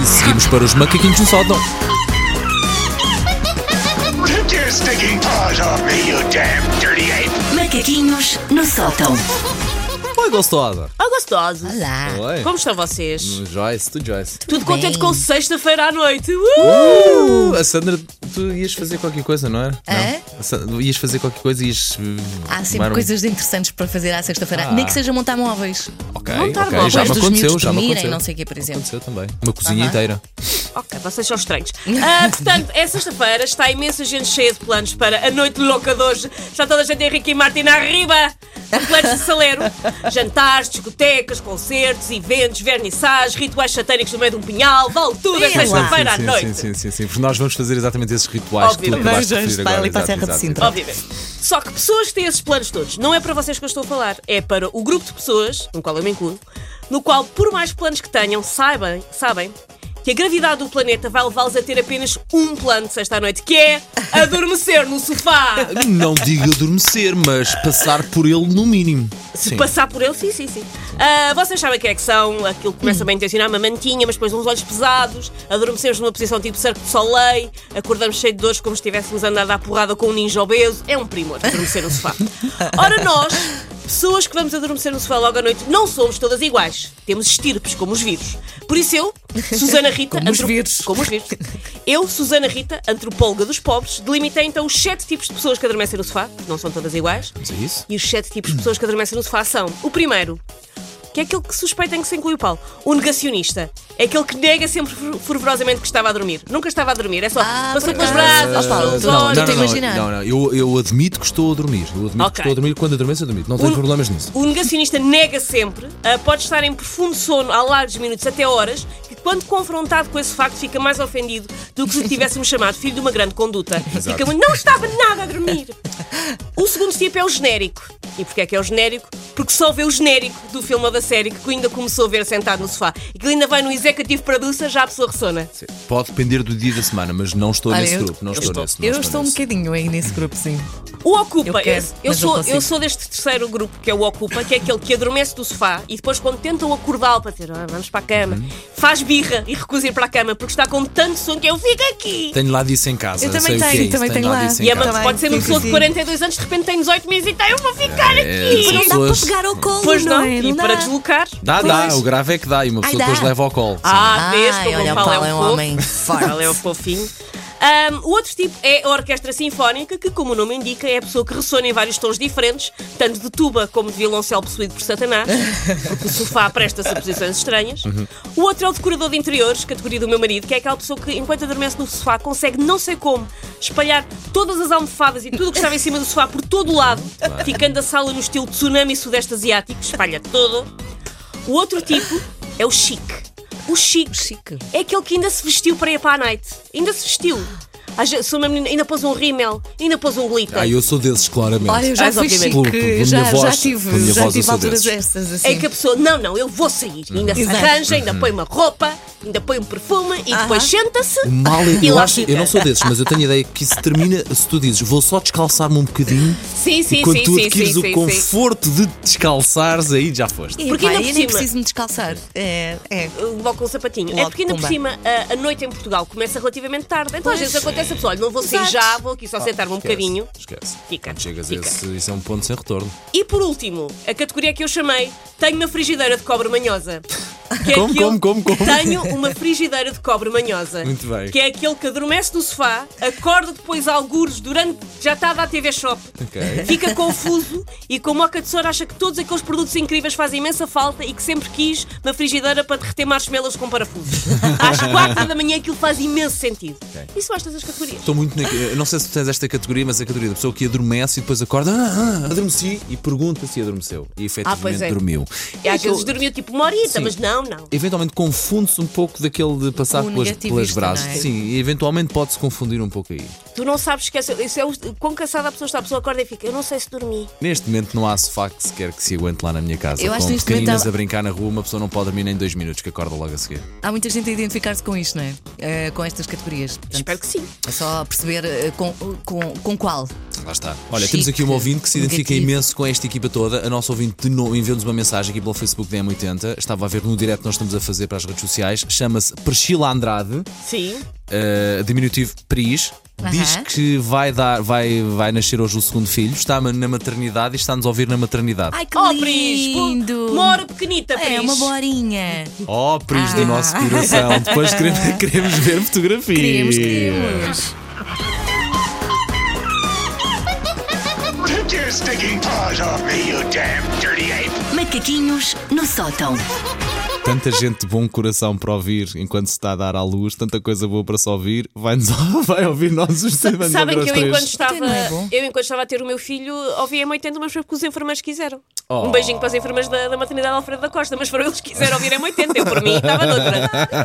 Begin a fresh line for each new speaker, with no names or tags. E seguimos para os macaquinhos do sótão.
Take your stinking paws off me, you damn dirty ape!
Macaquinhos no sótão.
Oi, gostosa.
Ah, gostosos!
Olá.
Oi.
Como estão
Hum.
vocês?
Joyce, tu Joyce.
Tudo
bem.
contente com sexta-feira à noite? Uh!
Uh, a Sandra, tu ias fazer qualquer coisa, não era?
Hã?
Não. A Sandra, ias fazer qualquer coisa e ias. uh,
É? Há sempre
tomar um-
coisas interessantes para fazer à sexta-feira,
Ah.
nem que seja montar móveis.
Ok,
Montar
ok,
móveis
já me
dos
aconteceu,
miúdos
já me
dormirem,
aconteceu.
não sei o quê, por exemplo.
Aconteceu também. Uma cozinha
Aham.
inteira.
Ok, vocês são estranhos. Ah, portanto, é sexta-feira, está imensa gente cheia de planos para a noite louca de hoje. Está toda a gente Henrique e Martina arriba! de Planos de saleiro. Jantares, discotecas, concertos, eventos, vernissagens, rituais satânicos no meio de um pinhal, vale tudo a
Sim,
sexta-feira à
sim,
noite.
Sim, sim, sim, sim, porque nós vamos fazer exatamente esses rituais que tu
Obviamente.
acabaste de
Vamos
referir
para
agora.
ali para a
Exato,
Serra de
exato,
Sintra.
Obviamente. Só que pessoas que têm esses planos todos, não é para vocês que eu estou a falar, é para o grupo de pessoas, no qual eu me incluo, no qual, por mais planos que tenham, saibam, sabem que a gravidade do planeta vai levá-los a ter apenas um plano de sexta à noite, que é adormecer no sofá.
exato. Não digo adormecer, mas passar por ele no mínimo.
Se
Sim.
passar por ele, sim, sim, sim. Ah, vocês sabem quem é que são, aquilo que começa bem intencionado, uma mantinha, mas depois uns olhos pesados, adormecemos numa posição tipo cerco de soleil, acordamos cheio de dores como se estivéssemos andado à porrada com um ninja obeso. É um primor adormecer no sofá. Ora, nós, pessoas que vamos adormecer no sofá logo à noite, não somos todas iguais. Temos estirpes, como os vírus. Por isso eu, Susana Rita...
Como os
antro-
vírus.
Como os vírus. Eu, Susana Rita, antropóloga dos pobres, delimitei então os sete tipos de pessoas que adormecem no sofá, não são todas iguais.
Mas é isso?
E os sete tipos de pessoas que adormecem no sofá são: o primeiro, que é aquele que suspeitem que se inclui o Paulo, o negacionista. É aquele que nega sempre fer- fervorosamente que estava a dormir. Nunca estava a dormir, é só
Ah,
passou
por
pelas
acaso.
brasas,
Oh, Paulo,
pelos
tu- não,
olhos.
não, não. imaginar.
não, não. Eu, eu admito que estou a dormir. Eu admito que
Ok.
estou a dormir quando adormeço, eu admito. Não tenho
O-
problemas nisso.
O negacionista nega sempre, ah, pode estar em profundo sono há largos minutos até horas, e quando confrontado com esse facto fica mais ofendido do que se lhe tivéssemos chamado filho de uma grande conduta. Fica muito, não estava nada a dormir. O segundo tipo é o genérico. E porquê é que é o genérico? Porque só vê o genérico do filme ou da série que ainda começou a ver sentado no sofá. E que ainda vai no executivo producer, já a pessoa ressona.
Pode depender do dia da semana, mas não estou
Olha,
nesse
eu-
grupo. Não
eu
estou,
estou-
nesse. não
Eu estou um
nesse.
bocadinho aí nesse grupo, sim.
O Ocupa,
Eu quero,
esse- eu,
mas não
sou,
consigo.
eu sou deste terceiro grupo que é o Ocupa, que é aquele que adormece do sofá e depois, quando tentam acordá-lo para dizer "Ah, vamos para a cama,
Uhum.
faz birra e recusa ir para a cama porque está com tanto sono que é, eu fico aqui.
Tenho lá disso em casa.
Eu também
sei o que é
tenho,
isso,
também tenho lá.
disso em
E é
casa.
uma-
Também,
pode ser uma
sim,
pessoa
sim,
de
sim.
42 anos, de repente tem 18 meses e tem, eu vou ficar
É,
aqui.
sim. Pessoas-
ao colo,
Pois não, e
Não
para
dá.
deslocar.
Dá, dá, o grave é que dá e uma
Ai,
pessoa depois
dá.
leva ao colo.
Ah,
Ai,
vês como
olha,
o Paulo é um fofo.
homem forte.
Paulo é um fofinho. Ahm, o outro tipo é a orquestra sinfónica, que, como o nome indica, é a pessoa que ressona em vários tons diferentes, tanto de tuba como de violoncelo possuído por Satanás, porque o sofá presta-se a posições estranhas. O outro é o decorador de interiores, categoria do meu marido, que é aquela pessoa que, enquanto adormece no sofá, consegue, não sei como, espalhar todas as almofadas e tudo o que estava em cima do sofá por todo o lado, ficando a sala no estilo tsunami sudeste asiático, espalha tudo. O outro tipo é o chique. O chique,
chique.
é aquele que ainda se vestiu para ir para a night. Ainda se vestiu. Às vezes, sou uma menina, ainda pôs um rímel, ainda pôs um glitter.
Ah, eu sou desses, claramente.
Olha, eu já
Mas,
fui
obviamente,
pelo- pela
chique, já,
minha voz-
já tive,
pela minha
já
voz eu
tive
sou
alturas
desses.
estas assim.
É que a pessoa, não, não, eu vou sair.
Uhum.
Ainda se
Exato.
arranja, ainda põe uma roupa, ainda põe um perfume e depois senta-se.
O mal é que
E
eu
lá
acho,
fica.
eu não sou desses, mas eu tenho a ideia que isso termina se tu dizes vou só descalçar-me um bocadinho
Sim,
e
sim,
quando
sim,
tu
sim,
adquires
sim,
o
sim, sim.
conforto de te descalçares, aí já foste.
E,
Porque
pá,
ainda por
eu nem
cima-
preciso me descalçar. É, é.
Logo com o sapatinho. é
Logo,
porque ainda por
pumba.
cima a, a noite em Portugal começa relativamente tarde. Então às
Pois.
vezes acontece a pessoa, olha, não vou sair
Exato.
já, vou aqui só sentar-me um
Esquece,
bocadinho.
Esquece.
Fica,
Quando chegas a
fica.
esse, isso é um ponto sem retorno.
E por último, a categoria que eu chamei Tenho uma frigideira de cobre manhosa. Que é
Como,
aquele-
como, como, como?
Tenho uma frigideira de cobre manhosa.
Muito bem.
Que é aquele que adormece no sofá, acorda depois algures durante. já estava à TV Shop.
Ok.
Fica confuso e com moca de soro acha que todos aqueles produtos incríveis fazem imensa falta e que sempre quis uma frigideira para derreter marshmallows com parafusos. Às quatro da manhã aquilo faz imenso sentido. Isso basta as categorias.
Estou muito. Na... eu Não sei se tu tens esta categoria, mas a categoria da pessoa que adormece e depois acorda, ah, ah, adormeci, e pergunta se adormeceu. E
Ah, pois
efetivamente
é.
dormiu.
E às vezes dormiu tipo uma horita,
Sim.
mas não, não.
Eventualmente confunde-se um pouco daquele de passar
O
pelas, pelas
negativista,
brasas.
não é?
Sim, e eventualmente pode-se confundir um pouco aí.
Tu não sabes, esquece. Isso é o quão cansada a pessoa está. A pessoa acorda e fica, eu não sei se dormi.
Neste momento não há sofá que sequer que se aguente lá na minha casa.
Eu acho
Com
que neste momento
pequeninas
há-
a brincar na rua, uma pessoa não pode dormir nem dois minutos, que acorda logo a seguir.
Há muita gente a identificar-se com isto, não é? Eh, com estas categorias. Portanto,
Espero que sim.
É só perceber eh, com, com, com qual.
lá está. Olha,
Chique.
temos aqui um ouvinte que se identifica
Negativo.
imenso com esta equipa toda. A nossa ouvinte de novo enviou-nos uma mensagem aqui pelo Facebook da M80. Estava a ver no direct que nós estamos a fazer para as redes sociais. Chama-se Priscila Andrade,
Sim.
eh, diminutivo Pris. Diz
Aham.
que vai, dar, vai, vai nascer hoje o segundo filho, está na maternidade e está-nos a ouvir na maternidade.
Ai, que
Oh, Pris!
lindo!
Uma hora pequenita, Pris.
é, uma boa horinha.
Oh, Pris do
Ah.
nosso coração, depois queremos, queremos ver fotografias.
Queremos, queremos.
Take your stinking paws off me, you damn dirty ape!
Macaquinhos no sótão.
Tanta gente de bom coração para ouvir enquanto se está a dar à luz, tanta coisa boa para se ouvir, vai-nos vai ouvir nós os Sabem
Sabem que eu enquanto, estava,
Até não é bom.
eu, enquanto estava a ter o meu filho, ouvi M80, mas foi porque os enfermeiros quiseram.
Oh.
Um beijinho para os enfermeiros da, da maternidade Alfredo da Costa, mas foram eles que quiseram ouvir M80. Eu, por mim, estava noutra.